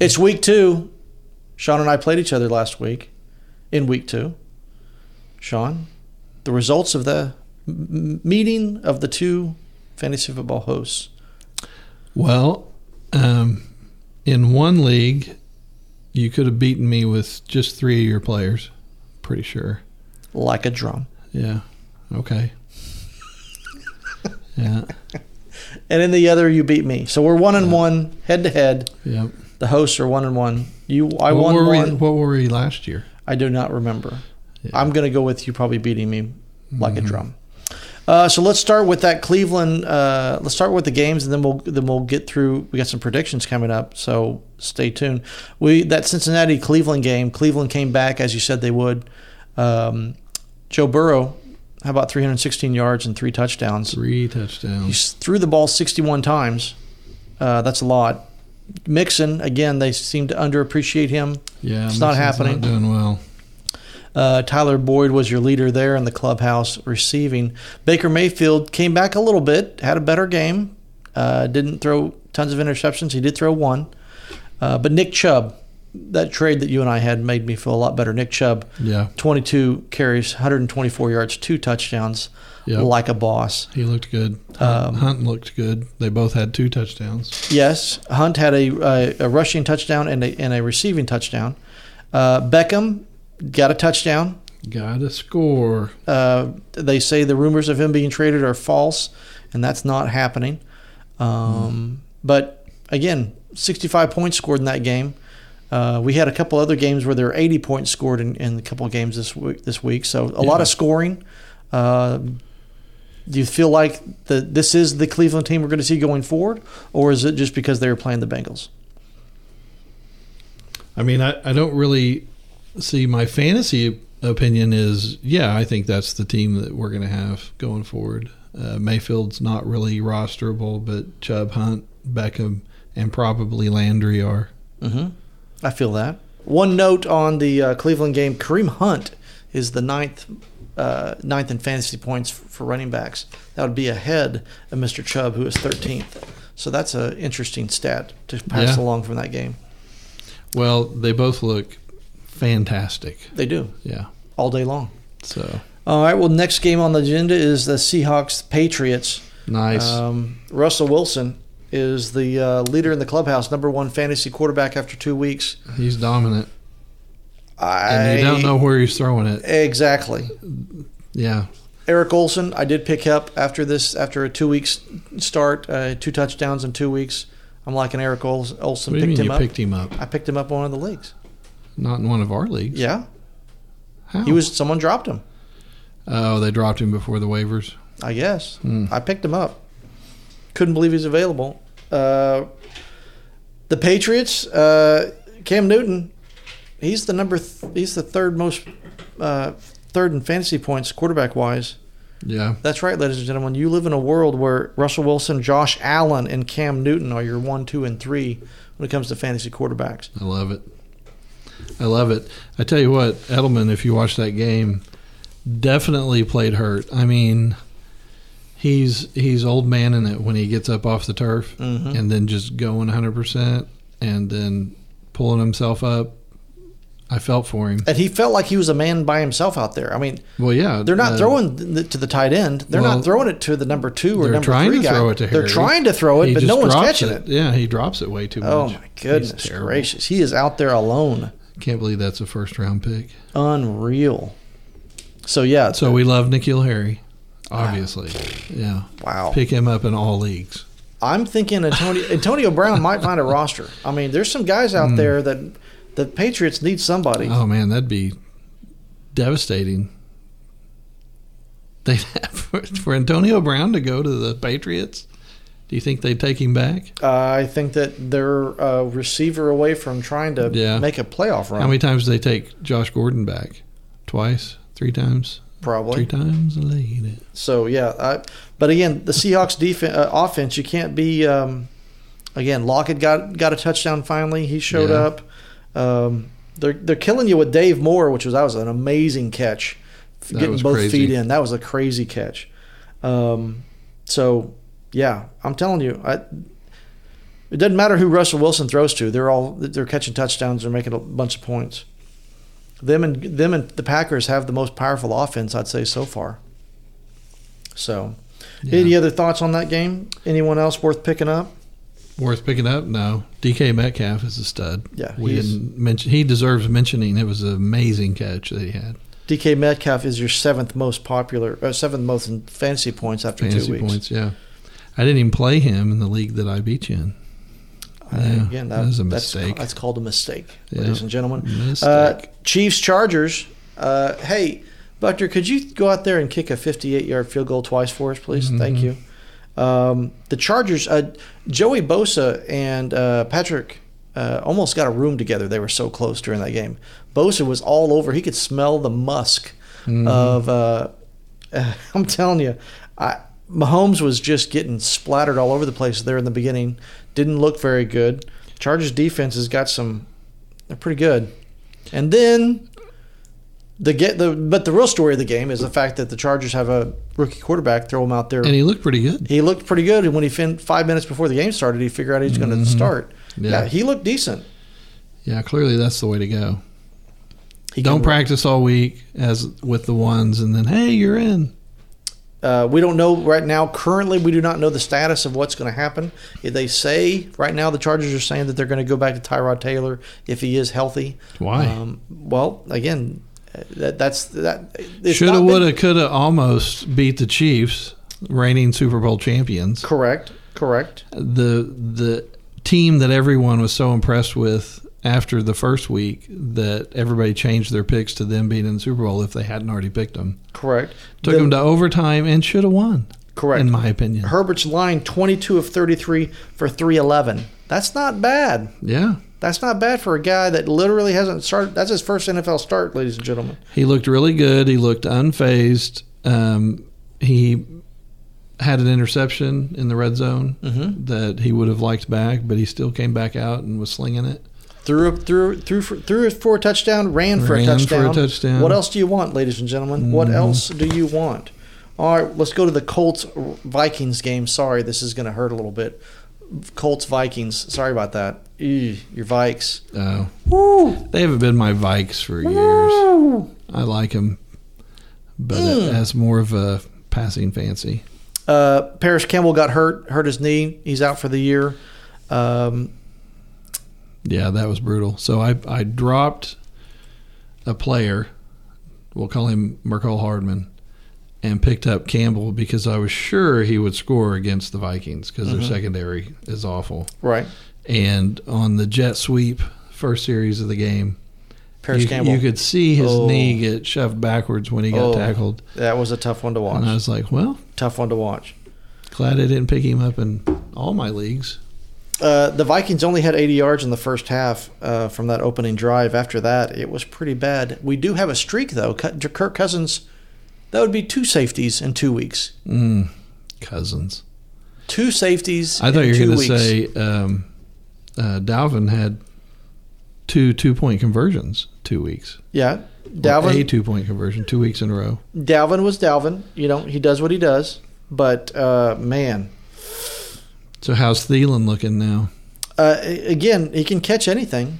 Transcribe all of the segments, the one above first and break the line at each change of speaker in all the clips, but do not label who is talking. It's week two. Sean and I played each other last week in week two. Sean, the results of the m- meeting of the two fantasy football hosts.
Well, um, in one league, you could have beaten me with just three of your players. Pretty sure.
Like a drum.
Yeah. Okay. yeah.
And in the other, you beat me. So we're one
Uh-huh.
and one, head to head.
Yep.
The hosts are one and one. You, I
what
won
were
one.
we? What were we last year?
I do not remember.
Yeah.
I'm going to go with you probably beating me like a drum. Uh, so let's start with that Cleveland. Uh, let's start with the games, and then we'll then we'll get through. We got some predictions coming up, so stay tuned. We that Cincinnati Cleveland game. Cleveland came back as you said they would. Um, Joe Burrow, how about 316 yards and three touchdowns?
Three
He
touchdowns.
s- threw the ball 61 times. Uh, that's a lot. Mixon again. They seem to underappreciate him.
Yeah.
it's not
Mixon's
happening.
doing well.
Uh, Tyler Boyd was your leader there in the clubhouse receiving. Baker Mayfield came back a little bit, had a better game, uh, didn't throw tons of interceptions. He did throw one. Uh, but Nick Chubb, that trade that you and I had made me feel a lot better. Nick Chubb,
Yeah.
22 carries, 124 yards, two touchdowns,
Yep.
like a boss.
He looked good.
Um,
Hunt, Hunt looked good. They both had two touchdowns.
Yes, Hunt had a, a, a rushing touchdown and a, and a receiving touchdown. Uh, Beckham got a touchdown.
Got a score.
Uh, they say the rumors of him being traded are false, and that's not happening. Um, But again, 65 points scored in that game. Uh, we had a couple other games where there were 80 points scored in, in a couple of games this week. This week, so a lot
Yeah.
of scoring. Uh, do you feel like the, this is the Cleveland team we're going to see going forward, or is it just because they were playing the Bengals?
I mean, I, I don't really see my fantasy opinion is, yeah, I think that's the team that we're going to have going forward. Uh, Mayfield's not really rosterable, but Chubb, Hunt, Beckham, and probably Landry are.
I feel that. One note on the uh, Cleveland game: Kareem Hunt is the ninth, uh, ninth in fantasy points f- for running backs. That would be ahead of Mr. Chubb, who is thirteenth. So that's an interesting stat to pass
Yeah.
along from that game.
Well, they both look fantastic.
They do
Yeah.
all day long.
So
All right. Well, next game on the agenda is the Seahawks Patriots.
nice.
Um, Russell Wilson is the uh, leader in the clubhouse, number one fantasy quarterback after two weeks.
he's dominant.
I
And you don't know where he's throwing it.
exactly.
Yeah.
Eric Olson, I did pick up after this after a two weeks start, uh, two touchdowns in two weeks. I'm like an Eric Ols- Olson
What do you
picked him
mean you
up.
picked him up?
I picked him up one of the leagues.
Not in one of our leagues.
Yeah,
How?
he was someone dropped him.
Oh, they dropped him before the waivers.
I guess
Hmm.
I picked him up. Couldn't believe he's available. Uh, the Patriots, uh, Cam Newton, he's the number th- he's the third most uh, third in fantasy points quarterback wise.
Yeah.
That's right, ladies and gentlemen. You live in a world where Russell Wilson, Josh Allen, and Cam Newton are your one, two, and three when it comes to fantasy quarterbacks.
I love it. I love it. I tell you what, Edelman, if you watch that game, definitely played hurt. I mean, he's he's old man in it when he gets up off the turf
Mm-hmm.
and then just going 100% and then pulling himself up. I felt for him.
And he felt like he was a man by himself out there. I mean,
Well, yeah.
they're not
uh,
throwing th- to the tight end. They're
well,
not throwing it to the number two or
They're
number
trying
three
to
guy.
throw it to Harry.
They're trying to throw
He
it, but
just
no one's
drops
catching it.
Yeah, he drops it way too much.
Oh my
He's
goodness
terrible.
gracious! He is out there alone.
Can't believe that's a first round pick.
Unreal. So yeah,
So we love Nikhil Harry, obviously. Yeah.
wow.
Pick him up in all leagues.
I'm thinking Antonio Antonio Brown might find a roster. I mean, there's some guys
Hmm.
out there that the Patriots need somebody.
Oh man, that'd be devastating. They for, for Antonio Brown to go to the Patriots. Do you think they'd take him back?
Uh, I think that they're a receiver away from trying to
Yeah.
make a playoff run.
How many times did they take Josh Gordon back? Twice, three times,
probably.
three times. Lady.
So yeah, I, but again, the Seahawks defense uh, offense, you can't be. Um, again, Lockett got got a touchdown finally. He showed
Yeah.
up. Um, they're they're killing you with Dave Moore, which was that was an amazing catch, F-
That
getting
was
both
crazy.
feet in. That was a crazy catch. Um, so yeah, I'm telling you, I, It doesn't matter who Russell Wilson throws to; they're all they're catching touchdowns. They're making a bunch of points. Them and them and the Packers have the most powerful offense, I'd say, so far. So,
Yeah.
any other thoughts on that game? Anyone else worth picking up?
Worth picking up? No. DK Metcalf is a stud.
Yeah,
we
Uh, he's-
didn't mention. He deserves mentioning. It was an amazing catch that he had.
DK Metcalf is your seventh most popular, or seventh most in fantasy points after two
Fantasy
weeks.
points. Yeah. I didn't even play him in the league that I beat you in.
Uh,
Yeah,
Again,
that is a
that's-
mistake.
That's, called a mistake,
Yeah.
ladies and gentlemen.
Mistake.
Uh, Chiefs Chargers. Uh, hey, Buckner, could you go out there and kick a 58-yard field goal twice for us, please? Thank
Mm-hmm.
you. Um, the Chargers. Uh, Joey Bosa and uh, Patrick uh, almost got a room together. They were so close during that game. Bosa was all over. He could smell the musk
Mm-hmm.
of. Uh, I'm telling you, I, Mahomes was just getting splattered all over the place there in the beginning. Didn't look very good. Chargers defense has got some. They're pretty good. And then the get the but the real story of the game is the fact that the Chargers have a rookie quarterback. Throw him out there.
and he looked pretty good.
he looked pretty good, and when he fin- five minutes before the game started, he figured out he's going to start.
Mm-hmm. Yeah.
Yeah. he looked decent.
Yeah, clearly that's the way to go.
He
Don't
can-
practice all week as with the ones, and then hey, you're in.
Uh, we don't know right now. Currently, we do not know the status of what's going to happen. They say right now the Chargers are saying that they're going to go back to Tyrod Taylor if he is healthy.
Why?
Um, well, again, uh, that, that's that. it's
Shoulda,
not been-
woulda, coulda, almost beat the Chiefs, reigning Super Bowl champions.
Correct. Correct.
The the team that everyone was so impressed with after the first week that everybody changed their picks to them being in the Super Bowl if they hadn't already picked them.
Correct.
Took
The-
them to overtime and should have won,
Correct.
in my opinion.
Herbert's line 22 of 33 for 311. That's not bad.
yeah,
That's not bad for a guy that literally hasn't started. That's his first NFL start, ladies and gentlemen.
he looked really good. He looked unfazed. Um, he had an interception in the red zone that he would have liked back, but he still came back out and was slinging it.
Threw up, threw, threw for, threw for a touchdown, ran for a
Ran for a
touchdown.
touchdown. Mm.
What else do you want, ladies and gentlemen? What else do you want? All right, let's go to the Colts Vikings game. Sorry, this is going to hurt a little bit. Colts Vikings. Sorry about that. Ew, your Vikes.
Oh,
Woo!
they haven't been my Vikes for years. I like them, but as more of a passing fancy.
Uh, Paris Campbell got hurt, hurt his knee. He's out for the year. Um,
Yeah, that was brutal. So I I dropped a player, we'll call him Merkel Hardman, and picked up Campbell because I was sure he would score against the Vikings because
Mm-hmm.
their secondary is awful.
right.
And on the jet sweep first series of the game,
Paris
you,
Campbell.
you could see his
Oh.
knee get shoved backwards when he got
Oh.
tackled,
that was a tough one to watch.
and I was like, well,
tough one to watch.
glad I didn't pick him up in all my leagues.
Uh, the Vikings only had 80 yards in the first half uh, from that opening drive. After that, it was pretty bad. We do have a streak, though. Cu- Kirk Cousins, that would be two safeties in two weeks.
Mm, cousins.
Two safeties.
I thought
in
you were
two
going to
weeks.
say um, uh, Dalvin had two two point conversions two weeks.
Yeah.
Or a
Dalvin,
two point conversion two weeks in a row.
Dalvin was Dalvin. You know, he does what he does. But, uh, man,
So how's Thielen looking now?
uh, a- again, he can catch anything.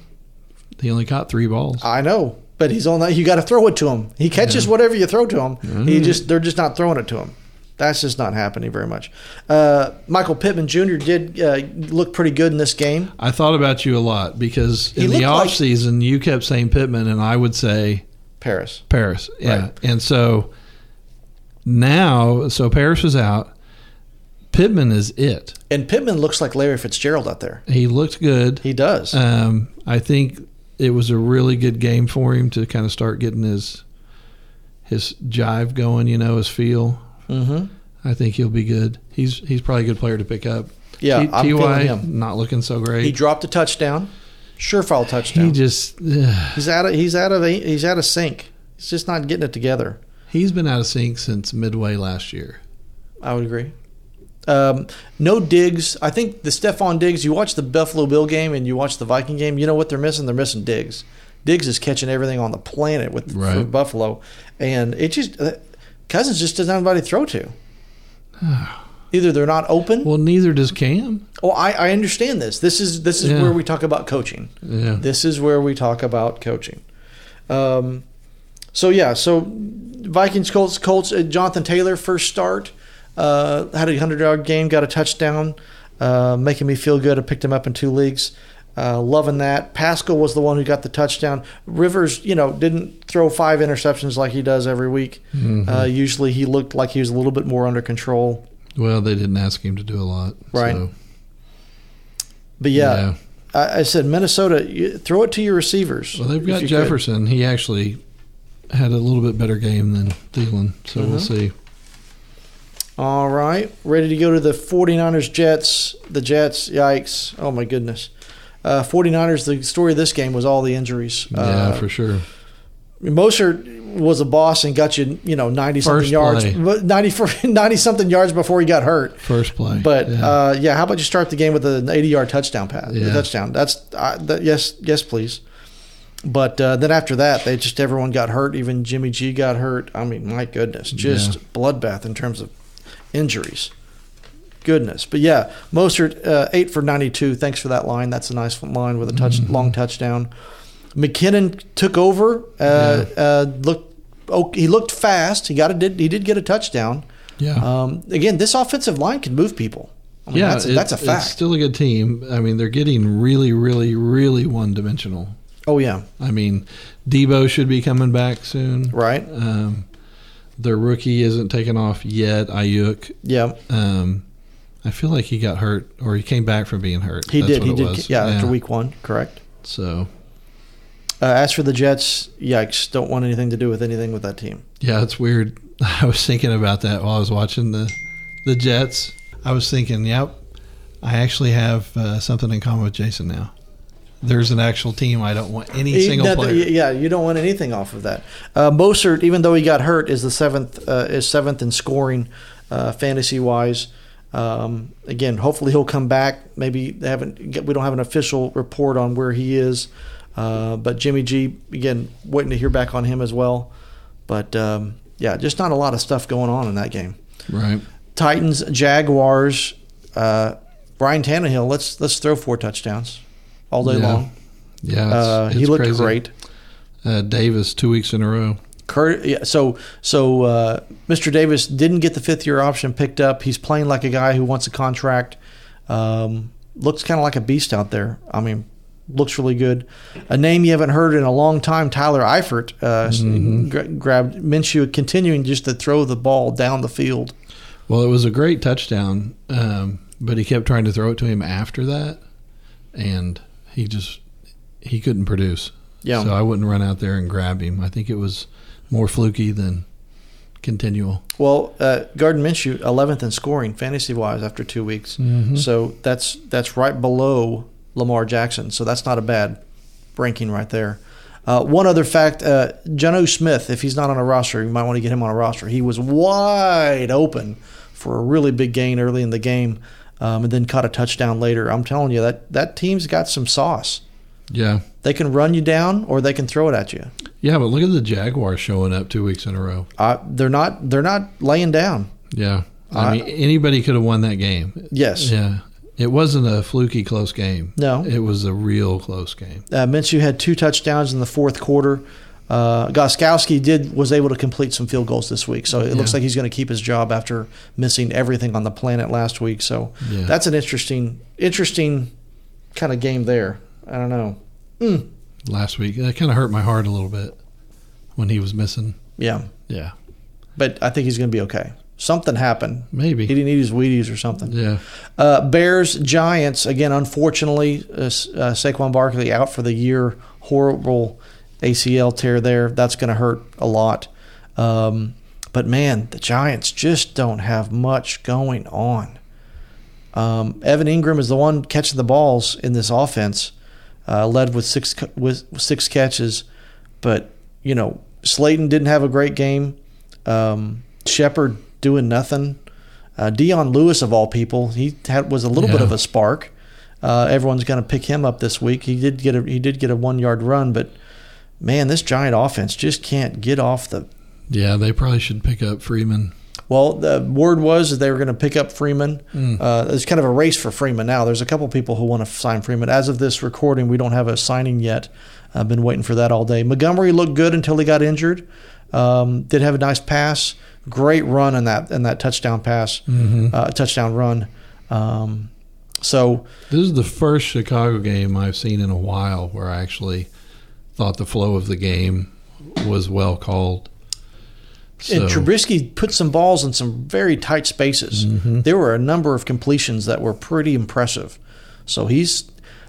He only caught three balls.
I know. But he's on that. You got to throw it to him. He catches
Yeah.
whatever you throw to him. He
Mm.
just they're just not throwing it to him. That's just not happening very much. Uh, Michael Pittman Jr. did uh, look pretty good in this game.
I thought about you a lot because
He
in the
looked like-
off season you kept saying Pittman and I would say
Paris.
Paris. Yeah.
Right.
And so now, so Paris was out. Pittman is it.
And Pittman looks like Larry Fitzgerald out there.
He looked good.
He does.
Um, I think it was a really good game for him to kind of start getting his his jive going, you know, his feel.
hmm
I think he'll be good. He's he's probably a good player to pick up.
Yeah,
T-
i I'm feeling
Ty
him.
not looking so
He
great.
dropped a touchdown. Surefire
He,
touchdown.
just ugh.
he's out of he's out of he's out of sync. He's just not getting it together.
he's been out of sync since midway last year.
I would agree. Um, no Diggs. I think the Stephon Diggs, you watch the Buffalo Bill game and you watch the Viking game, you know what they're missing? They're missing Diggs. Diggs is catching everything on the planet with for
Right.
Buffalo. And it just, uh, Cousins just doesn't have anybody to throw to. Either they're not open. Well,
Well, neither does Cam.
I, I understand this. This is this is
Yeah.
where we talk about coaching.
Yeah.
This is where we talk about coaching. Um, so yeah, so Vikings, Colts, Colts. Uh, Jonathan Taylor first start uh, had a hundred yard game, got a touchdown, uh, making me feel good. I picked him up in two leagues, uh, loving that. Pascal was the one who got the touchdown. Rivers, you know, didn't throw five interceptions like he does every week.
Mm-hmm.
Uh, usually, he looked like he was a little bit more under control.
Well, they didn't ask him to do a lot.
Right.
So,
But yeah, I, I said Minnesota, you, throw it to your receivers.
Well, they've
if
got
you could.
Jefferson. He actually had a little bit better game than Thielen. So we'll
Mhm.
see.
All right. Ready to go to the 49ers Jets. The Jets, yikes. Oh, my goodness. Uh, 49ers, the story of this game was all the injuries.
yeah,
uh,
for sure.
Mosher was a boss and got you, you know, 90 something
First
yards,
play.
but 90, 90 something yards before he got hurt.
First play.
But
yeah.
uh, yeah, how about you start the game with an 80 yard touchdown pass?
Yeah.
Touchdown. That's I that, yes, yes, please. But uh, then after that, they just everyone got hurt. Even Jimmy G got hurt. I mean, my goodness, just
Yeah.
bloodbath in terms of injuries. Goodness, but yeah, Mostert uh, eight for 92. Thanks for that line. That's a nice line with a touch,
Mm-hmm.
long touchdown. McKinnon took over. Uh, uh, looked, oh, he looked fast. He got a, did, he did get a touchdown.
yeah.
Um, again, this offensive line can move people. I mean,
Oh. yeah,
that's a,
it-
that's a
It's
fact.
still a good team. I mean, they're getting really, really, really one dimensional.
oh yeah,
I mean, Debo should be coming back soon.
right.
Um, their rookie isn't taken off yet. Ayuk.
Yeah,
Um, I feel like he got hurt or he came back from being hurt.
he
That's
did.
what
He
it
did.
was.
Yeah, after week one, correct.
So
Uh, as for the Jets, yikes! Don't want anything to do with anything with that team.
yeah, it's weird. I was thinking about that while I was watching the the Jets. I was thinking, yep, I actually have uh, something in common with Jason now. There's an actual team. I don't want any single
Nothing-
player.
Yeah, you don't want anything off of that. Uh, Mosert, even though he got hurt, is the seventh uh, is seventh in scoring, uh, fantasy wise. Um, again, hopefully he'll come back. Maybe they haven't. We don't have an official report on where he is, uh, but Jimmy G again waiting to hear back on him as well. But um, yeah, just not a lot of stuff going on in that game.
Right.
Titans, Jaguars, uh, Brian Tannehill. Let's let's throw four touchdowns all day
Yeah,
long.
Yeah. It's,
Uh, he
it's
looked
crazy.
great.
Uh, Davis two weeks in a row.
Cur- yeah, so so uh, Mr. Davis didn't get the fifth year option picked up. He's playing like a guy who wants a contract. Um, looks kind of like a beast out there. I mean, looks really good. A name you haven't heard in a long time, Tyler Eifert, uh, s- gra- grabbed Minshew, continuing just to throw the ball down the field.
Well, it was a great touchdown, um, but he kept trying to throw it to him after that, and he just he couldn't produce.
Yeah.
So I wouldn't run out there and grab him. I think it was more fluky than continual.
Well, uh, Garden Minshew, eleventh in scoring fantasy wise after two weeks. So that's that's right below Lamar Jackson. So that's not a bad ranking right there. Uh, one other fact: uh, Jono Smith, if he's not on a roster, you might want to get him on a roster. He was wide open for a really big gain early in the game, um, and then caught a touchdown later. I'm telling you that that team's got some sauce.
Yeah.
They can run you down, or they can throw it at you.
Yeah, but look at the Jaguars showing up two weeks in a row.
Uh, they're not they're not laying down.
Yeah. I
I-
mean, anybody could have won that game.
Yes.
Yeah. It wasn't a fluky close game.
No.
It was a real close game.
Uh, Minshew had two touchdowns in the fourth quarter. Uh, Goskowski did was able to complete some field goals this week, so it looks
Yeah.
like he's going to keep his job after missing everything on the planet last week. So
Yeah.
that's an interesting, interesting kind of game there. I don't know.
last week. That kind of hurt my heart a little bit when he was missing.
Yeah,
Yeah,
but I think he's going to be okay. Something happened.
maybe.
He didn't eat his Wheaties or something.
yeah,
Uh, Bears, Giants. Again, unfortunately, uh, S- uh, Saquon Barkley out for the year. Horrible ACL tear there. That's going to hurt a lot. Um, but man, the Giants just don't have much going on. Um, Evan Ingram is the one catching the balls in this offense, uh, led with six c- with six catches. But you know, Slayton didn't have a great game. Um, Shepard doing nothing. Uh, Dion Lewis of all people, he had was a little bit
Yeah.
of a spark. Uh, everyone's going to pick him up this week. He did get a he did get a one yard run, but man, this giant offense just can't get off the
yeah. They probably should pick up Freeman.
Well, the word was that they were going to pick up Freeman.
Mm.
Uh, it's kind of a race for Freeman now. There's a couple people who want to sign Freeman. As of this recording, we don't have a signing yet. I've been waiting for that all day. Montgomery looked good until he got injured. Um, did have a nice pass, great run in that in that touchdown pass,
Mhm.
uh, touchdown run. Um, so
This is the first Chicago game I've seen in a while where I actually thought the flow of the game was well called. So,
and Trubisky put some balls in some very tight spaces.
Mm-hmm.
There were a number of completions that were pretty impressive. So he's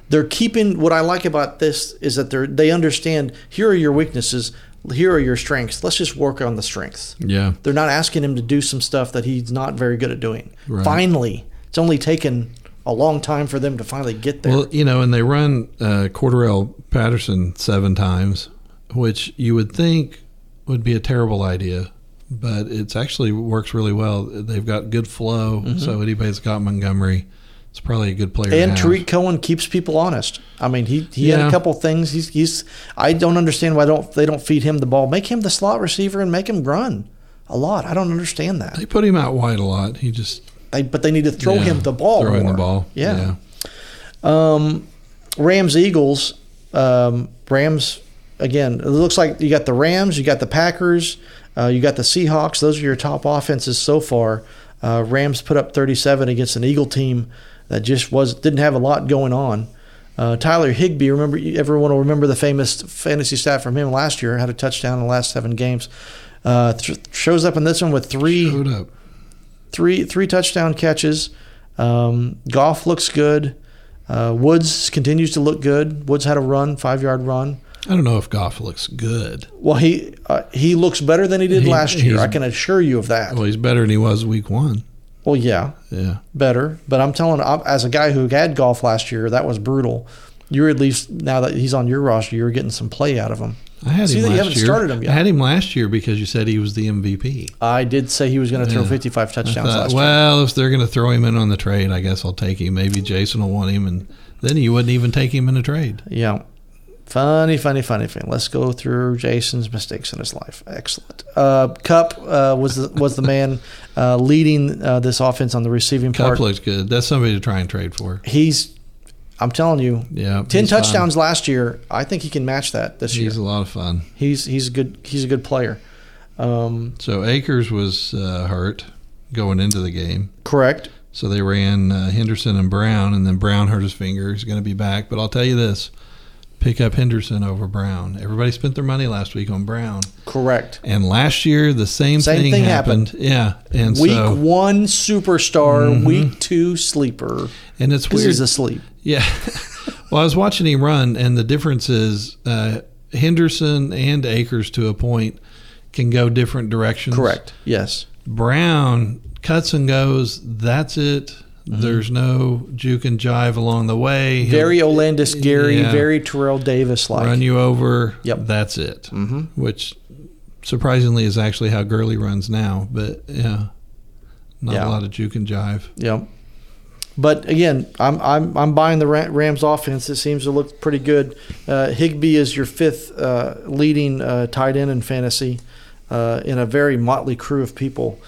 they're keeping what I like about this is that they're they understand here are your weaknesses, here are your strengths. Let's just work on the strengths.
yeah,
They're not asking him to do some stuff that he's not very good at doing.
Right.
Finally, it's only taken a long time for them to finally get there.
Well, you know, and they run uh, Corderell Patterson seven times, which you would think would be a terrible idea, but it's actually works really well. They've got good flow, so anybody's got Montgomery, it's probably a good player. to
Mm-hmm. and
have.
Tariq Cohen keeps people honest. I mean, he, he had a
Yeah.
couple things. He's he's. I don't understand why don't they don't feed him the ball. Make him the slot receiver and make him run a lot. I don't understand that.
they put him out wide a lot. He just
They, but they need to throw
yeah,
him the ball.
throw him
more.
the ball.
Yeah. Rams Eagles. Um, Rams again. It looks like you got the Rams. You got the Packers. Uh, you got the Seahawks. Those are your top offenses so far. Uh, Rams put up 37 against an Eagle team that just was didn't have a lot going on. Uh, Tyler Higbee, remember everyone will remember the famous fantasy stat from him last year. Had a touchdown in the last seven games. Uh, th- shows up in this one with three
Showed up.
three three touchdown catches. Um, Goff looks good. Uh, Woods continues to look good. Woods had a run, five yard run.
I don't know if Goff looks good.
Well, he uh, he looks better than he did
He-
last year.
he's-
I can assure you of that.
Well, he's better than he was week one.
Well, yeah,
Yeah.
better. But I'm telling, I'm- as a guy who had golf last year, that was brutal. You're at least now that he's on your roster, you're getting some play out of him.
I had
See
him
that
last
you haven't
year.
started him yet.
I had him last year because you said he was the MVP.
I did say he was going to throw
Yeah.
55
I
touchdowns
thought,
last year.
well, if they're going to throw him in on the trade, I guess I'll take him. Maybe Jason will want him, and then you wouldn't even take him in a trade.
Yeah. Funny, funny, funny thing. Let's go through Jason's mistakes in his life. Excellent. Uh, Cup uh, was the, was the man uh, leading uh, this offense on the receiving
Cup
part.
looks good. That's somebody to try and trade for.
He's, I'm telling you,
Yeah,
ten
he's
touchdowns last year. I think he can match that this
Fun. He's
year.
a lot of fun.
He's he's a good he's a good player. Um,
So Akers was uh, hurt going into the game,
correct.
so they ran uh, Henderson and Brown, and then Brown hurt his finger. He's going to be back, but I'll tell you this: pick up Henderson over Brown. Everybody spent their money last week on Brown,
Correct.
and last year the same,
Same thing happened.
Yeah, and
week
so Mm-hmm.
one superstar, week two sleeper.
and it's
Because
weird.
he's asleep.
Yeah. well, I was watching him run, and the difference is uh, Henderson and Akers to a point can go different directions.
Correct. Yes.
Brown cuts and goes. That's it. There's no juke and jive along the way. He'll
Mm-hmm. Very Olandis Gary,
Yeah.
very Terrell Davis like.
run you over.
Yep.
That's it. Mm-hmm. Which surprisingly is actually how Gurley runs now. But yeah, not
Yeah.
a lot of juke and jive.
Yep. But again, I'm I'm I'm buying the Ra- Rams offense. It seems to look pretty good. Uh, Higby is your fifth uh, leading uh, tight end in fantasy, uh, in a very motley crew of people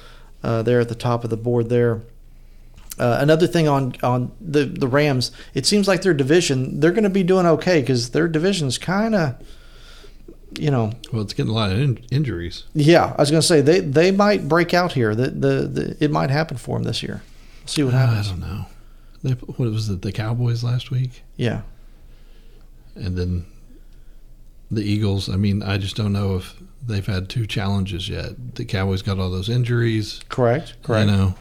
uh, there at the top of the board. There. Uh, another thing on on the the Rams, it seems like their division they're going to be doing okay because their division's kind of, you know,
Well, it's getting a lot of in- injuries.
yeah. I was going to say they they might break out here. The, the the it might happen for them this year. We'll see what
I
happens.
don't know. They, what was it? The Cowboys last week.
Yeah.
and then the Eagles. I mean, I just don't know if they've had two challenges yet. The Cowboys got all those injuries.
Correct. Correct.
You know,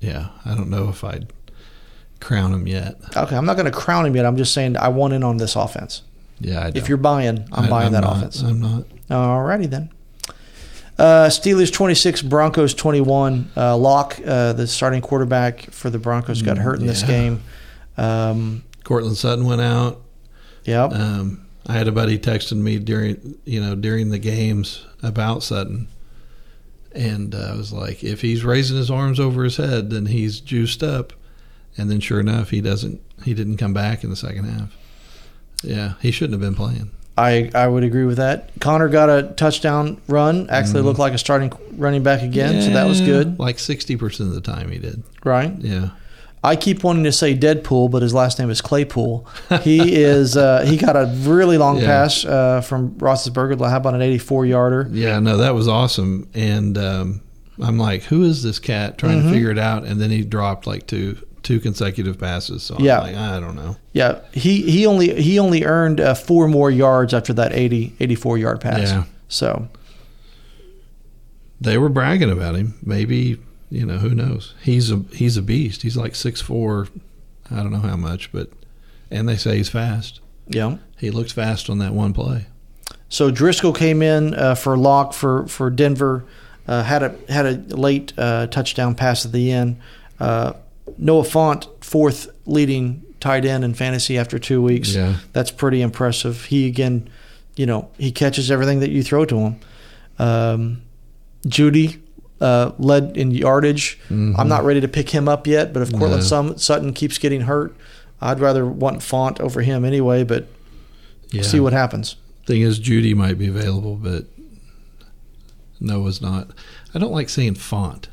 yeah, I don't know if I'd crown them yet.
Okay, I'm not going to crown him yet. I'm just saying I want in on this offense.
Yeah, I
If you're buying, I'm buying that
not,
offense.
I'm not.
Alrighty then. Uh, Steelers 26, Broncos 21. Uh, Locke, uh, the starting quarterback for the Broncos, got hurt in this
yeah.
game. Um,
Cortland Sutton went out.
yep.
Um, I had a buddy texting me during you know during the games about Sutton, and uh, I was like, if he's raising his arms over his head, then he's juiced up. And then, sure enough, he doesn't. He didn't come back in the second half. Yeah, he shouldn't have been playing.
I I would agree with that. Connor got a touchdown run. Actually, looked like a starting running back again, so that was
Mm-hmm. Yeah,
good.
Like sixty percent of the time he did.
Right.
Yeah.
I keep wanting to say Deadpool, but his last name is Claypool. He is uh, he got a really long
Yeah.
pass uh, from Roethlisberger. How about an 84 yarder?
Yeah, no, that was awesome. And um, I'm like, who is this cat trying
Mm-hmm.
to figure it out? And then he dropped like two two consecutive passes. So I'm
Yeah.
like, I don't know.
Yeah, he he only he only earned uh, four more yards after that 80 84 yard pass.
Yeah.
So
They were bragging about him. Maybe, you know, who knows? He's a he's a beast. He's like six four, I don't know how much, but and they say he's fast.
yeah.
He looked fast on that one play.
So Driscoll came in uh, for Locke for for Denver, uh, had a had a late uh, touchdown pass at the end. Uh, Noah Font fourth leading tight end in fantasy after two weeks.
Yeah.
that's pretty impressive. He again, you know, he catches everything that you throw to him. Um, Judy uh, led in yardage.
Mm-hmm.
I'm not ready to pick him up yet, but if Cortland
No.
Sum- Sutton keeps getting hurt, I'd rather want Font over him anyway. But
Yeah.
see what happens.
Thing is, Judy might be available, but Noah's not. I don't like saying font.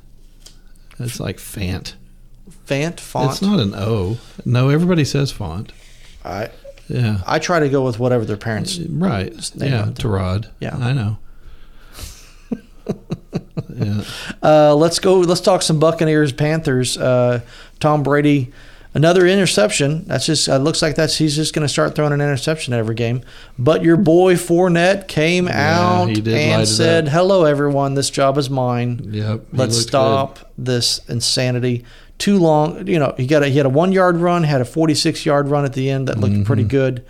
It's like fant.
Fant Font.
It's not an O. No, everybody says font.
I
Yeah.
I try to go with whatever their parents.
Right.
Uh, name
Yeah.
it.
Tarad.
Yeah.
I know. yeah.
Uh, let's go. Let's talk some Buccaneers Panthers. Uh, Tom Brady, another interception. That's just. It looks like that's. He's just going to start throwing an interception every game. But your boy Fournette came
Yeah,
out
he did light
and
it
said,
up.
"Hello, everyone. This job is mine.
Yep. he
Let's
looked
stop this insanity." Too long. You know, he got a he had a one yard run, had a forty six yard run at the end that looked
Mm-hmm.
pretty good.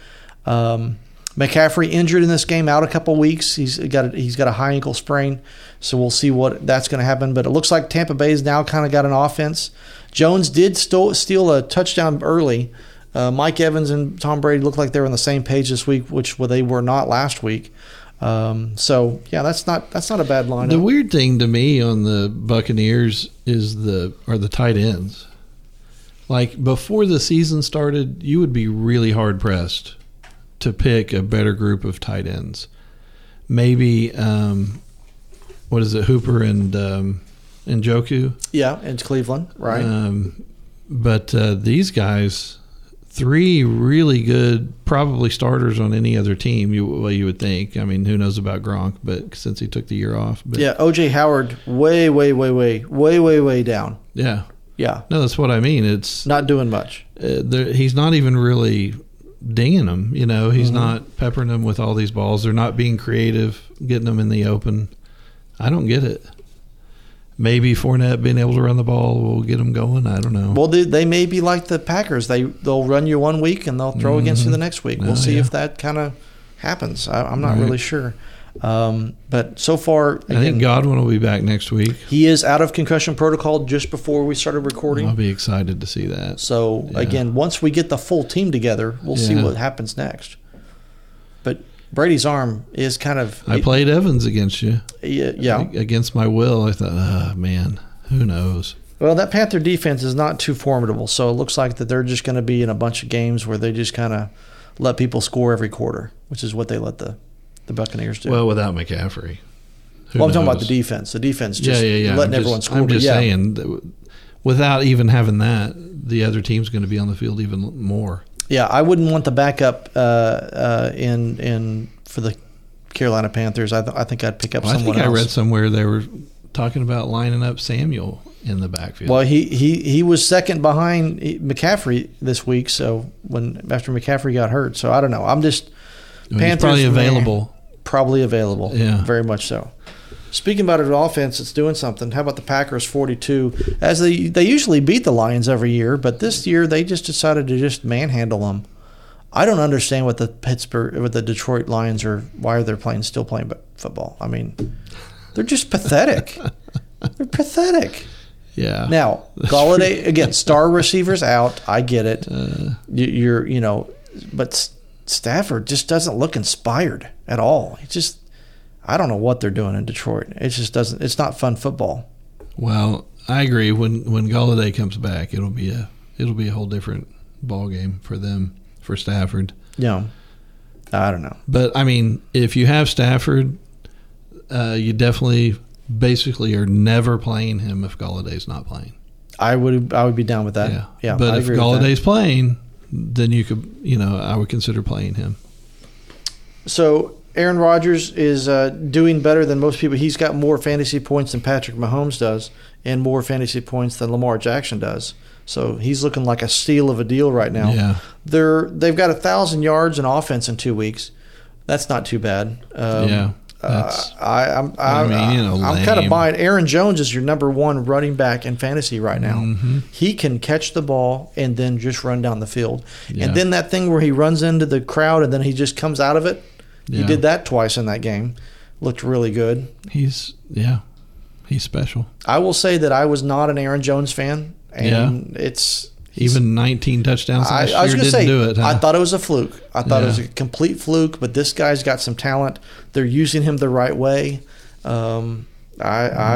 Um, McCaffrey injured in this game, out a couple weeks. He's got a, he's got a high ankle sprain, so we'll see what that's going to happen. But it looks like Tampa Bay's now kind of got an offense. Jones did sto- steal a touchdown early. Uh, Mike Evans and Tom Brady looked like they were on the same page this week, which well, they were not last week. Um, so yeah, that's not that's not a bad
Good. The
lineup.
weird thing to me on the Buccaneers is the are the tight ends. Like before the season started, you would be really hard pressed to pick a better group of tight ends. Maybe um, what is it, Hooper and um, and Joku?
yeah, and Cleveland, right?
Um, but uh, these guys, three really good, probably starters on any other team. You well, you would think. I mean, who knows about Gronk? But since he took the year off, but
yeah, OJ Howard, way way way way way way way down.
yeah.
Yeah,
No, that's what I mean. It's
not doing much.
uh, there, he's not even really dinging them. You know,
Mm-hmm.
he's not peppering them with all these balls. They're not being creative, getting them in the open. I don't get it. Maybe Fournette being able to run the ball will get him going. I don't know.
Well, they, they may be like the Packers. They they'll run you one week and they'll throw against you the next week. We'll
Oh,
see
yeah.
if that kind of happens. I, I'm not
Right.
really sure, um, but so far
I think
again,
Godwin will be back next week.
he is out of concussion protocol just before we started recording.
I'll be excited to see that.
So
Yeah.
again, once we get the full team together, we'll see
Yeah.
what happens next. But Brady's arm is kind of
I played Evans against you.
yeah.
Against my will. I thought, ah, man, who knows?
Well, that Panther defense is not too formidable, so it looks like that they're just going to be in a bunch of games where they just kind of let people score every quarter, which is what they let the, the Buccaneers do. Well,
Well, without McCaffrey. Who
I'm talking about the
knows?
defense. The defense just
yeah, yeah, yeah.
letting
I'm
everyone
just,
score.
I'm
but
just
yeah,
saying, that w- without even having that, the other team's going to be on the field even l- more.
yeah, I wouldn't want the backup uh, uh, in in for the Carolina Panthers. I, th- I think I'd pick up
Well, I
someone
think I
else.
read somewhere they were talking about lining up Samuel in the backfield.
well, he, he, he was second behind McCaffrey this week. So when after McCaffrey got hurt, so I don't know. I'm just
I mean, he's
Panthers,
probably
man.
available.
probably available.
Yeah.
very much so. Speaking about an offense that's doing something, how about the Packers 42? As they they usually beat the Lions every year, but this year they just decided to just manhandle them. I don't understand what the Pittsburgh, what the Detroit Lions are, why they're playing still playing bu- football. I mean, they're just pathetic. they're pathetic.
Yeah.
Now, Galladay again, star receivers out. I get it.
Uh.
you, you're, you know, but S- Stafford just doesn't look inspired at all. He just, I don't know what they're doing in Detroit. It just doesn't. It's not fun football.
Well, I agree. When when Galladay comes back, it'll be a it'll be a whole different ball game for them for Stafford.
You know, I don't know.
But I mean, if you have Stafford, uh, you definitely basically are never playing him if Galladay's not playing.
I would I would be down with that. Yeah,
but
I
if
agree with that.
Galladay's playing, then you could, you know, I would consider playing him.
So Aaron Rodgers is uh, doing better than most people. He's got more fantasy points than Patrick Mahomes does, and more fantasy points than Lamar Jackson does. So he's looking like a steal of a deal right now.
Yeah.
They're they've got a thousand yards in offense in two weeks. That's not too bad. Um,
yeah.
Uh,
That's
I, I'm I'm,
I mean, you know,
I'm kind of
lame.
buying. Aaron Jones is your number one running back in fantasy right now.
Mhm.
He can catch the ball and then just run down the field.
Yeah.
And then that thing where he runs into the crowd and then he just comes out of it. He
Yeah.
did that twice in that game. Looked really good.
he's yeah. He's special.
I will say that I was not an Aaron Jones fan, and it's
Even 19 touchdowns
I,
last
I was
year
going to
didn't
say,
do it.
I
huh?
thought it was a fluke. I thought it was
Yeah.
a complete fluke, but this guy's got some talent. They're using him the right way. Um, I,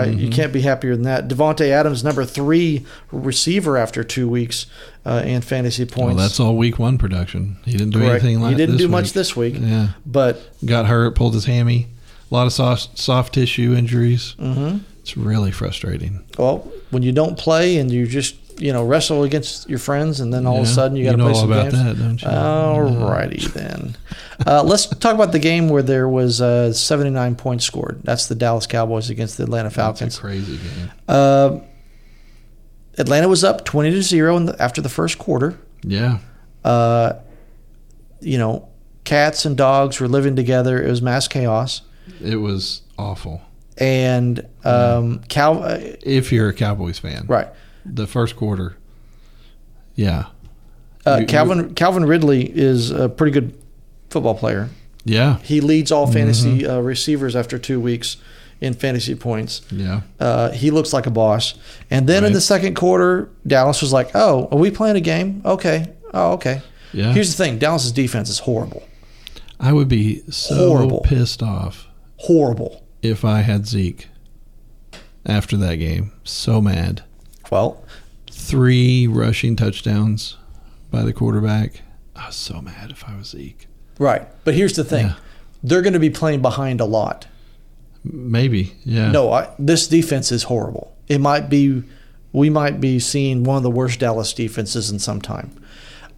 I
Mm-hmm.
you can't be happier than that. Devonte Adams, number three receiver after two weeks uh, and fantasy
well,
points.
Oh, that's all week one production. He didn't do anything like
he didn't
this
do much
week.
this week,
Yeah.
but
Got hurt, pulled his hammy. A lot of soft, soft tissue injuries.
mhm.
It's really frustrating.
well, when you don't play and you just you know wrestle against your friends, and then all of a
Yeah.
sudden you got to
know
play
all
some
about
games.
that, don't you?
Alrighty then. Uh, let's talk about the game where there was uh, 79 points scored. That's the Dallas Cowboys against the Atlanta
It's
Falcons.
a crazy game.
Uh, Atlanta was up 20 to zero in the, after the first quarter.
Yeah.
Uh, you know, cats and dogs were living together. It was mass chaos.
It was awful.
And um, Cal, uh,
If you're a Cowboys fan,
right?
the first quarter. Yeah.
Uh,
You- you-
Calvin Calvin Ridley is a pretty good football player.
Yeah.
He leads
Mm-hmm.
all fantasy uh, receivers after two weeks in fantasy points.
Yeah.
Uh, he looks like a boss. And then in
Right.
the second quarter, Dallas was like, "Oh, are we playing a game? Okay. Oh, okay."
Yeah.
Here's the thing: Dallas's defense is horrible,
I would be so
Horrible.
pissed off
horrible.
if I had Zeke after that game. So mad.
Well,
Three rushing touchdowns by the quarterback. I was so mad if I was Zeke.
right. But here's the thing:
Yeah.
they're going to be playing behind a lot.
Maybe. Yeah.
No, I, this defense is horrible. It might be, we might be seeing one of the worst Dallas defenses in some time.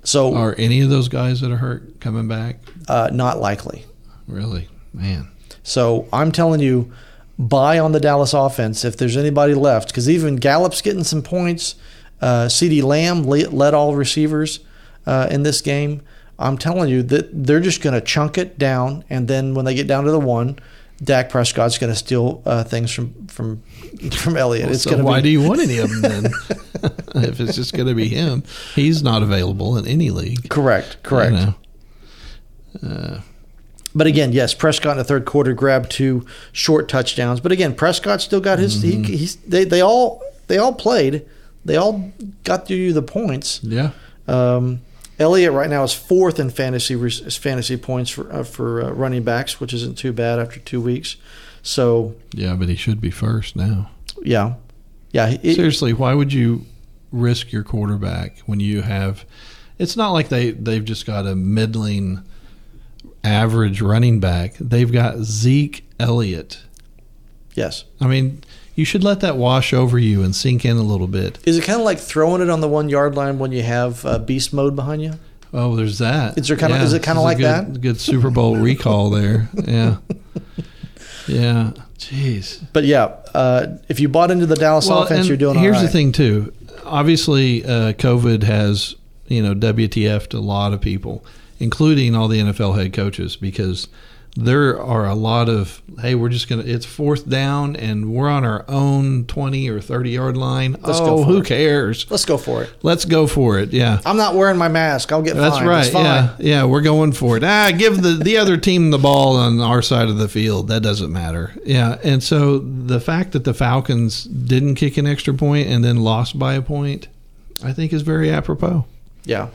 So,
Are any of those guys that are hurt coming back?
uh, not likely.
Really? Man.
So I'm telling you, buy on the Dallas offense if there's anybody left, because even Gallup's getting some points. Uh, C.D. Lamb le- led all receivers uh, in this game. I'm telling you that they're just going to chunk it down, and then when they get down to the one, Dak Prescott's going to steal uh, things from from from Elliott. It's
so
going to
why
be
do you want any of them then? if it's just going to be him, he's not available in any league. you
correct, correct.
know.
But again, yes, Prescott in the third quarter grabbed two short touchdowns. But again, Prescott still got his.
Mm-hmm.
He, he's, they they all they all played. They all got you the points.
Yeah.
Um, Elliott right now is fourth in fantasy re- fantasy points for uh, for uh, running backs, which isn't too bad after two weeks. So
Yeah, but he should be first now.
yeah, yeah. it-
Seriously, why would you risk your quarterback when you have? It's not like they they've just got a middling, average running back. They've got Zeke Elliott.
yes.
I mean, you should let that wash over you and sink in a little bit.
Is it kind of like throwing it on the one yard line when you have uh, beast mode behind you?
Oh, there's that.
Is there kinda- is it kinda
this
like
a good,
that?
Good Super Bowl recall there. Yeah. Yeah. Jeez.
But yeah, uh, if you bought into the Dallas offense,
and
you're doing all
here's the
right.
thing too. Obviously, uh, COVID has you know WTF'd a lot of people, including all the NFL head coaches, because there are a lot of hey, we're just gonna it's fourth down and we're on our own twenty or thirty yard line.
Let's
oh,
go for
who
it.
cares?
Let's go for it.
Let's go for it. Yeah.
I'm not wearing my mask. I'll get
That's
fined.
right.
It's fine.
Yeah, yeah, we're going for it. Ah, give the the other team the ball on our side of the field. That doesn't matter. Yeah, and so the fact that the Falcons didn't kick an extra point and then lost by a point, I think is very apropos.
Yeah.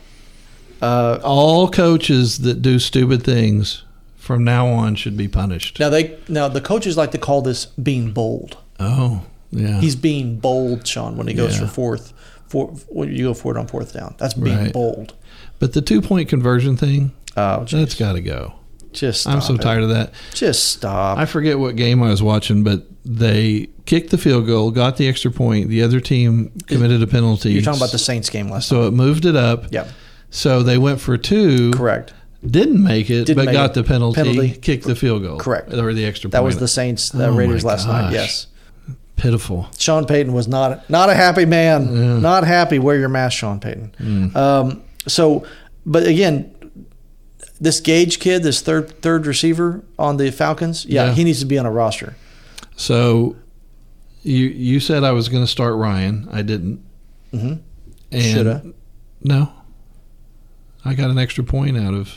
Uh,
All coaches that do stupid things from now on should be punished.
now they now the coaches like to call this being bold.
Oh, yeah.
He's being bold, Sean, when he goes
Yeah.
for fourth. For when you go for it on fourth down, that's being
Right.
bold.
but the two point conversion thing,
Uh,
that's got to go.
Just stop
I'm so
it.
tired of that.
Just stop.
I forget what game I was watching, but they kicked the field goal, got the extra point. The other team committed a penalty.
You're talking about the Saints game last
So it moved it up.
Yep.
So they went for two.
Correct.
Didn't make it,
Didn't
but
make
got
it.
the penalty,
Penalty.
Kicked the field goal.
Correct.
Or the extra
That
point.
was the Saints, the
Oh my
Raiders last night.
gosh.
Yes.
pitiful.
Sean Payton was not not a happy man. Not happy. Wear your mask, Sean Payton.
Mm.
Um, so, but again, this Gage kid, this third third receiver on the Falcons, yeah,
Yeah.
he needs to be on a roster.
So you you said I was going to start Ryan. I didn't.
Mhm.
And
Shoulda.
No. I got an extra point out of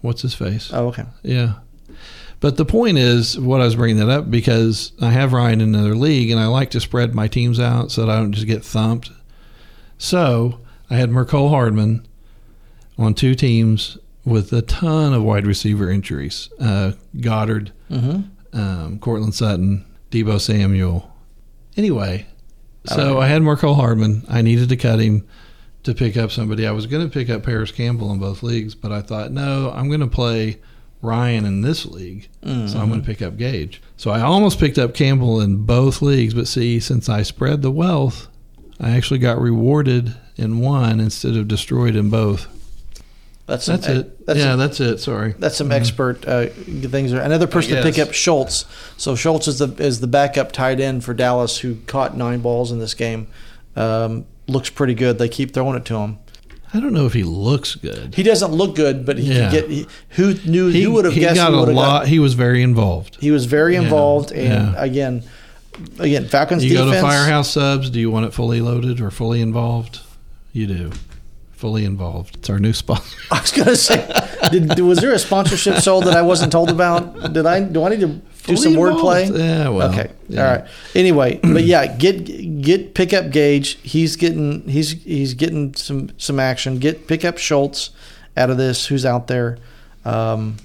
what's his face.
Oh, okay.
Yeah. But the point is, what I was bringing that up because I have Ryan in another league and I like to spread my teams out so that I don't just get thumped. So I had Mercole Hardman on two teams with a ton of wide receiver injuries uh, Goddard,
hmm
um, Cortland Sutton, Debo Samuel. Anyway, so I had Marco Hardman. I needed to cut him to pick up somebody. I was going to pick up Paris Campbell in both leagues, but I thought, no, I'm going to play Ryan in this league, so I'm going to pick up Gage. So I almost picked up Campbell in both leagues, but see, since I spread the wealth, I actually got rewarded in one instead of destroyed in both.
That's
That's
some, e,
it.
That's
yeah, Mm-hmm.
some,
that's it. Sorry.
that's some expert uh, things. There. Another person to pick
guess.
up Schultz. So Schultz is the is the backup tight end for Dallas, who caught nine balls in this game. Um, looks pretty good. They keep throwing it to him.
I don't know if he looks good.
He doesn't look good, but he can
Yeah.
get. He, who knew?
he
who would have
he
guessed?
got
he
a
would've
lot. He was very involved.
he was very
Yeah,
involved, and
yeah.
again, again, Falcons
You
defense.
go to Firehouse Subs. Do you want it fully loaded or fully involved? You do. Fully involved. It's our new sponsor.
I was gonna say, did, was there a sponsorship sold that I wasn't told about? Did I? Do I need to do some
Fully
wordplay?
involved. Yeah. Well.
okay.
yeah.
All right. Anyway, but yeah, get get pick up Gage. He's getting he's he's getting some some action. Get pick up Schultz out of this. Who's out there? Um,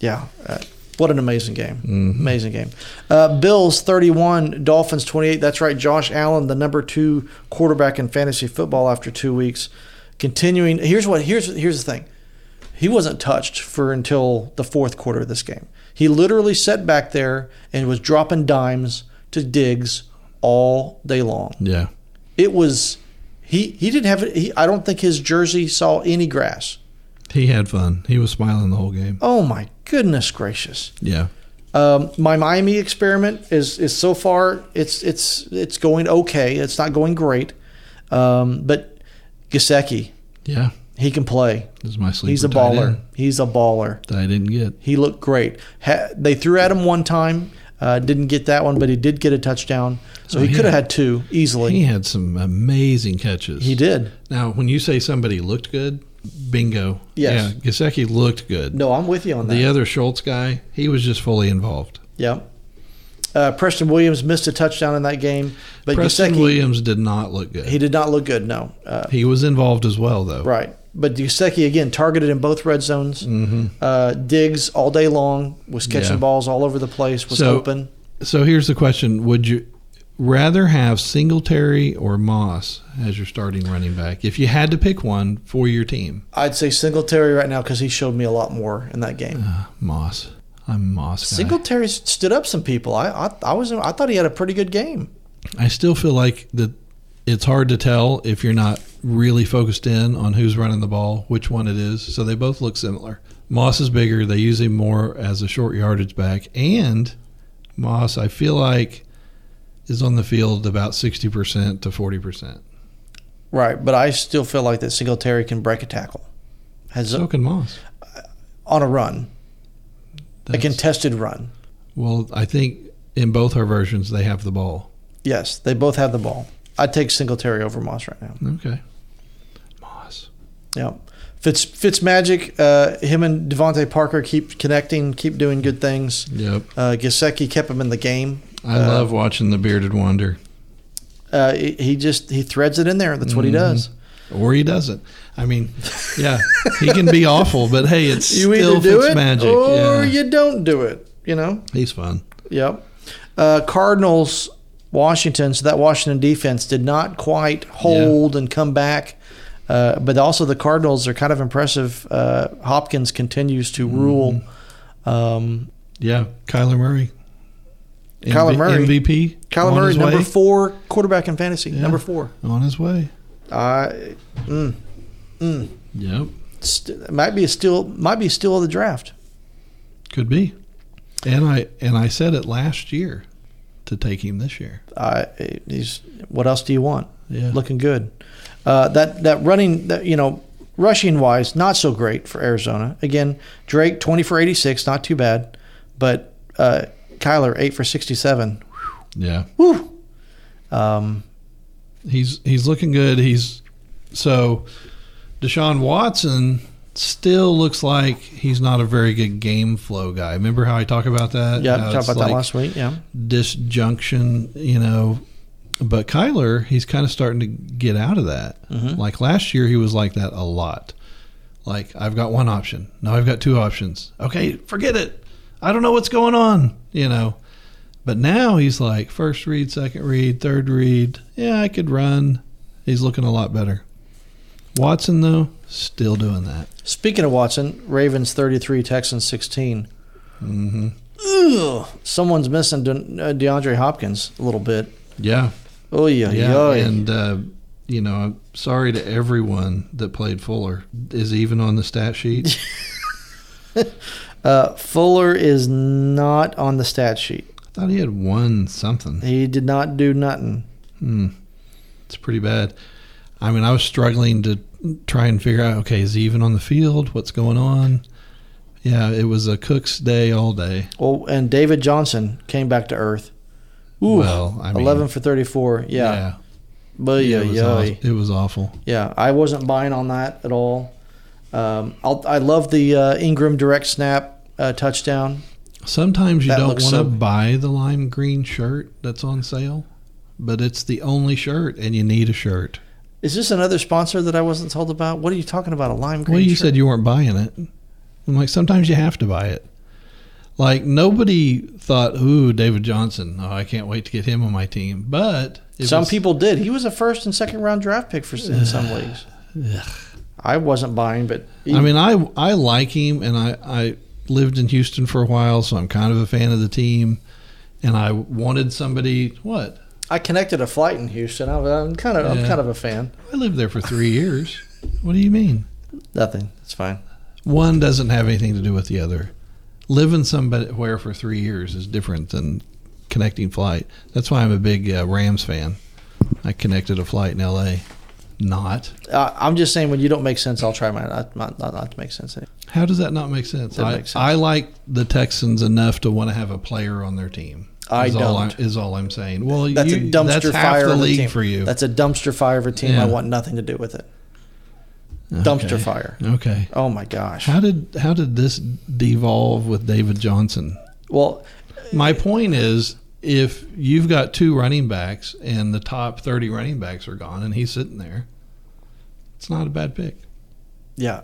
yeah. Uh, what an amazing game! Amazing game. Uh, Bills thirty-one, Dolphins twenty-eight. That's right. Josh Allen, the number two quarterback in fantasy football after two weeks, continuing. Here's what. Here's here's the thing he wasn't touched for until the fourth quarter of this game. He literally sat back there and was dropping dimes to Diggs all day long.
Yeah.
It was he he didn't have he, I don't think his jersey saw any grass.
He had fun. He was smiling the whole game.
Oh my goodness gracious.
Yeah.
Um, my Miami experiment is is so far it's it's it's going okay. It's not going great. Um, but Gasecki,
Yeah.
he can play.
This is my sleeper.
He's a
tight
baller.
end
He's a baller.
That I didn't get.
He looked great. Ha- they threw at him one time, uh, didn't get that one, but he did get a touchdown. So
Oh,
he
yeah.
could have had two easily.
He had some amazing catches.
He did.
Now, when you say somebody looked good, bingo.
Yes.
Yeah. Gasecki looked good.
No, I'm with you on that.
The other Schultz guy, he was just fully involved.
yeah. Uh, Preston Williams missed a touchdown in that game, but
Preston
Gusecki,
Williams did not look good.
he
He,
did not look good. No, uh,
was involved as well, though.
right. But Gusecki again targeted in both red zones. Uh, Diggs all day long was catching
Mm-hmm. Yeah.
balls all over the place. Was
So-
open.
So here's the question: Would you rather have Singletary or Moss as your starting running back if you had to pick one for your team?
I'd say Singletary right now because he showed me a lot more in that game.
Uh, Moss. I'm a Moss. Guy.
Singletary stood up some people. I, I I was I thought he had a pretty good game.
I still feel like that. It's hard to tell if you're not really focused in on who's running the ball, which one it is. So they both look similar. Moss is bigger. They use him more as a short yardage back, and Moss, I feel like, is on the field about sixty percent to forty percent.
Right, but I still feel like that Singletary can break a tackle, has
So can Moss.
on a run, a
That's-
contested run.
Well, I think in both our versions they have the ball.
Yes, they both have the ball. I'd take Singletary over Moss right now.
Okay. Moss.
Yeah, Fitz Fitzmagic, uh, him and Devontae Parker keep connecting, keep doing good things.
Yep.
Uh, Gesicki kept him in the game.
I
Uh,
love watching the bearded wonder.
Uh, he, he just he threads it in there. That's what he
Mm-hmm.
does.
Or he doesn't. I mean, yeah, he can be awful, but hey, it's
You
still
either do it
magic.
or
yeah.
you don't do it. You know.
He's fun.
Yep. Uh, Cardinals, Washington. So that Washington defense did not quite hold and come back. Uh, but also the Cardinals are kind of impressive. Uh, Hopkins continues to
Mm-hmm.
rule. Um,
Yeah, Kyler Murray.
Kyler Murray.
MVP.
Kyler
on
Murray,
his
number
way.
four quarterback in fantasy,
Yeah.
number four.
On his way.
Uh, mm, mm,
Yep.
st- might be a still might be still of the draft.
Could be. And I and I said it last year to take him this year.
Uh, he's, what else do you want?
Yeah.
looking good. Uh, that that running, that, you know, rushing wise, not so great for Arizona. Again, Drake twenty for eighty six, not too bad, but uh, Kyler eight for sixty seven.
Yeah.
Woo. Um,
He's he's looking good. He's so Deshaun Watson still looks like he's not a very good game flow guy. Remember how I talk about that?
yeah,
How
talked
it's
about
like
that last week. Yeah,
disjunction, you know. But Kyler, he's kind of starting to get out of that. Like last year, he was like that a lot. Like I've got one option. Now I've got two options. Okay, forget it. I don't know what's going on. You know. But now he's like first read, second read, third read. Yeah, I could run. He's looking a lot better. Watson though, still doing that.
Speaking of Watson, Ravens 33, Texans 16.
Mm-hmm.
Ugh, someone's missing De- uh, DeAndre Hopkins a little bit.
Yeah.
Oh, yeah, yeah.
Yeah, and uh, you know, I'm sorry to everyone that played Fuller. Is he even on the stat sheet?
Uh, Fuller is not on the stat sheet.
I thought he had one something.
He did not do nothing.
It's pretty bad. I mean, I was struggling to try and figure out. Okay, is he even on the field? What's going on? Yeah, it was a Cook's day all day.
Well, and David Johnson came back to earth. Ooh,
well, I mean,
11 for 34. Yeah. But yeah,
it, was
yeah,
aw- it was awful.
yeah. I wasn't buying on that at all. Um, I'll, I love the uh, Ingram direct snap uh, touchdown.
Sometimes you
That
don't want
looks
to
so-
buy the lime green shirt that's on sale, but it's the only shirt, and you need a shirt.
Is this another sponsor that I wasn't told about? What are you talking about? A lime green?
Well, you
shirt?
said you weren't buying it. I'm like, sometimes you have to buy it. Like nobody thought, "Ooh, David Johnson! Oh, I can't wait to get him on my team." But it
some
was-
people did. He was a first and second round draft pick for in some leagues. I wasn't buying, but
I mean, I I like him, and I I lived in Houston for a while, so I'm kind of a fan of the team. And I wanted somebody. What?
I connected a flight in Houston. I'm, I'm kind of I'm
Yeah.
kind of a fan.
I lived there for three years. What do you mean?
Nothing. It's fine.
One doesn't have anything to do with the other. Living somewhere for three years is different than connecting flight. That's why I'm a big uh, Rams fan. I connected a flight in L.A. Not.
Uh, I'm just saying when you don't make sense, I'll try my not not, not, not to make sense.
How does that not make sense?
That
I,
makes sense.
I like the Texans enough to want to have a player on their team.
I
is All I,
don't.
is all I'm saying. Well,
That's
you,
a dumpster
that's half
fire
the
of a
league
team
for you.
That's a dumpster fire of a team. I
Yeah.
want nothing to do with it.
Okay.
Dumpster fire.
Okay.
Oh my gosh.
How did how did this devolve with David Johnson?
Well,
My point is, if you've got two running backs and the top 30 running backs are gone and he's sitting there, it's not a bad pick.
yeah.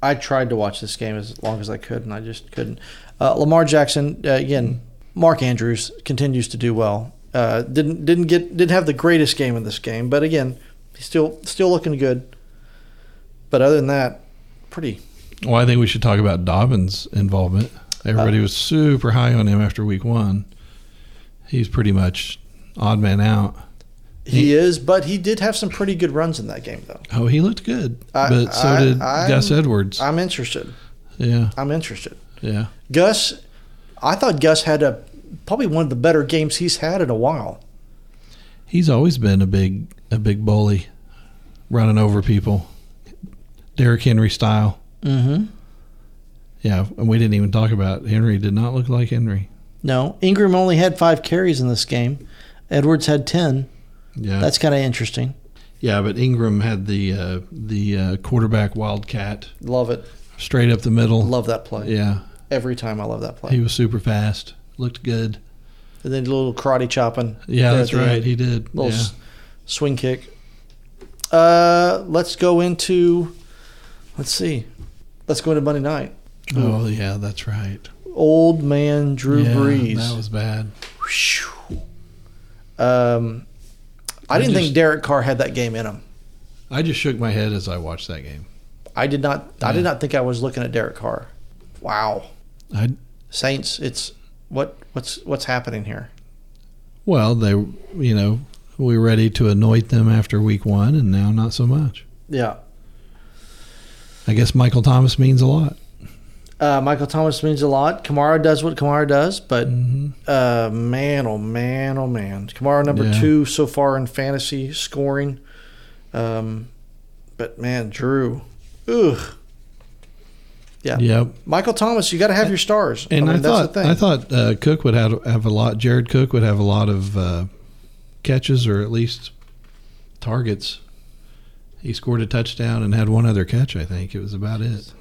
I tried to watch this game as long as I could, and I just couldn't. Uh, Lamar Jackson uh, again. Mark Andrews continues to do well. Uh, didn't didn't get didn't have the greatest game in this game, but again, he's still still looking good. But other than that, pretty
Well, I think we should talk about Dobbins' involvement. Everybody was super high on him after week one. He's pretty much odd man out.
he is. But he did have some pretty good runs in that game, though.
Oh, he looked good,
I-
but so
I-
did
I'm-
Gus Edwards.
I'm interested.
yeah,
I'm interested.
yeah.
Gus, I thought Gus had a probably one of the better games he's had in a while.
He's always been a big a big bully, running over people, Derrick Henry style.
Mm-hmm.
Yeah, and we didn't even talk about Henry. Did not look like Henry.
No, Ingram only had five carries in this game. Edwards had ten.
Yeah,
That's kind of interesting.
yeah, but Ingram had the uh, the uh, quarterback wildcat
Love it.
straight up the middle.
Love that play.
Yeah,
Every time I love that play.
he was super fast. Looked good.
and then a little karate chopping.
Yeah,
there
that's
at the
right.
end.
He did.
little
yeah.
s- swing kick. Uh, let's go into. Let's see. Let's go into Monday night.
Oh yeah, that's right.
Old man Drew
yeah,
Brees.
That was bad.
Um, I
I
didn't think
just-
Um, Derek Carr had that game in him.
I just shook my head as I watched that game.
I did not. I did not think I was looking at Derek Carr. Wow,
I
Saints. It's what what's what's happening here.
well, they you know we were ready to anoint them after week one, and now not so much.
Yeah,
I guess Michael Thomas means a lot.
uh, Michael Thomas means a lot. Kamara does what Kamara does, but uh, man, oh man, oh man, Kamara number
Yeah.
two so far in fantasy scoring. Um, but man, Drew, ugh, yeah.
Yep.
Michael Thomas, you got to have your stars.
And I,
mean,
thought I thought uh, Cook would have have a lot. Jared Cook would have a lot of uh, catches or at least targets. He scored a touchdown and had one other catch. I think it was about it.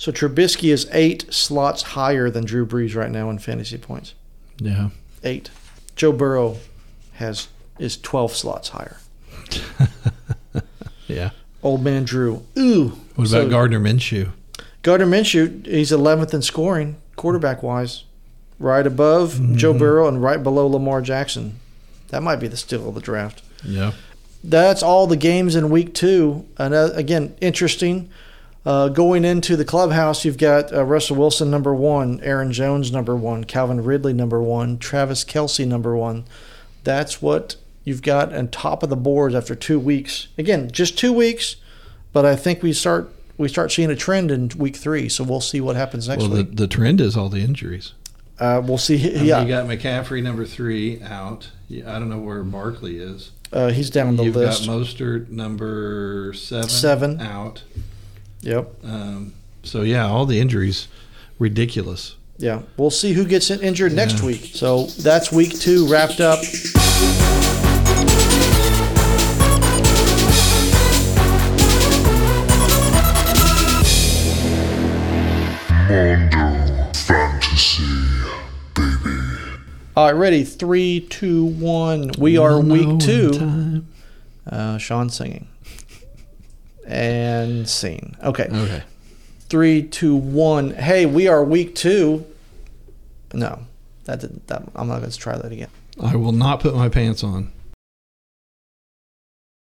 So Trubisky is eight slots higher than Drew Brees right now in fantasy points.
Yeah.
Eight. Joe Burrow has is twelve slots higher.
Yeah.
Old man Drew. Ooh.
What about
So-
Gardner Minshew?
Gardner Minshew, he's eleventh in scoring, quarterback wise. Right above Joe Burrow and right below Lamar Jackson. That might be the steal of the draft.
Yeah.
That's all the games in week two. And uh, again, interesting. Uh, going into the clubhouse, you've got uh, Russell Wilson number one, Aaron Jones number one, Calvin Ridley number one, Travis Kelsey number one. That's what you've got on top of the boards after two weeks. Again, just two weeks, but I think we start we start seeing a trend in week three. So we'll see what happens next
Well, the,
week.
the trend is all the injuries.
uh, we'll see.
I mean,
Yeah,
You got McCaffrey number three out. Yeah, I don't know where Barkley is.
uh, he's down the
You've
list.
got Mostert number seven.
Seven.
out.
yep,
Um, so yeah, all the injuries, ridiculous.
yeah. We'll see who gets injured next
Yeah.
week. So that's week two wrapped up.
Mondo Fantasy.
All right, ready? Three, two, one. We are week two.
Time.
Uh, Sean singing and scene. Okay.
Okay.
Three, two, one. Hey, we are week two. No, that didn't. That, I'm not going to try that again.
I will not put my pants on.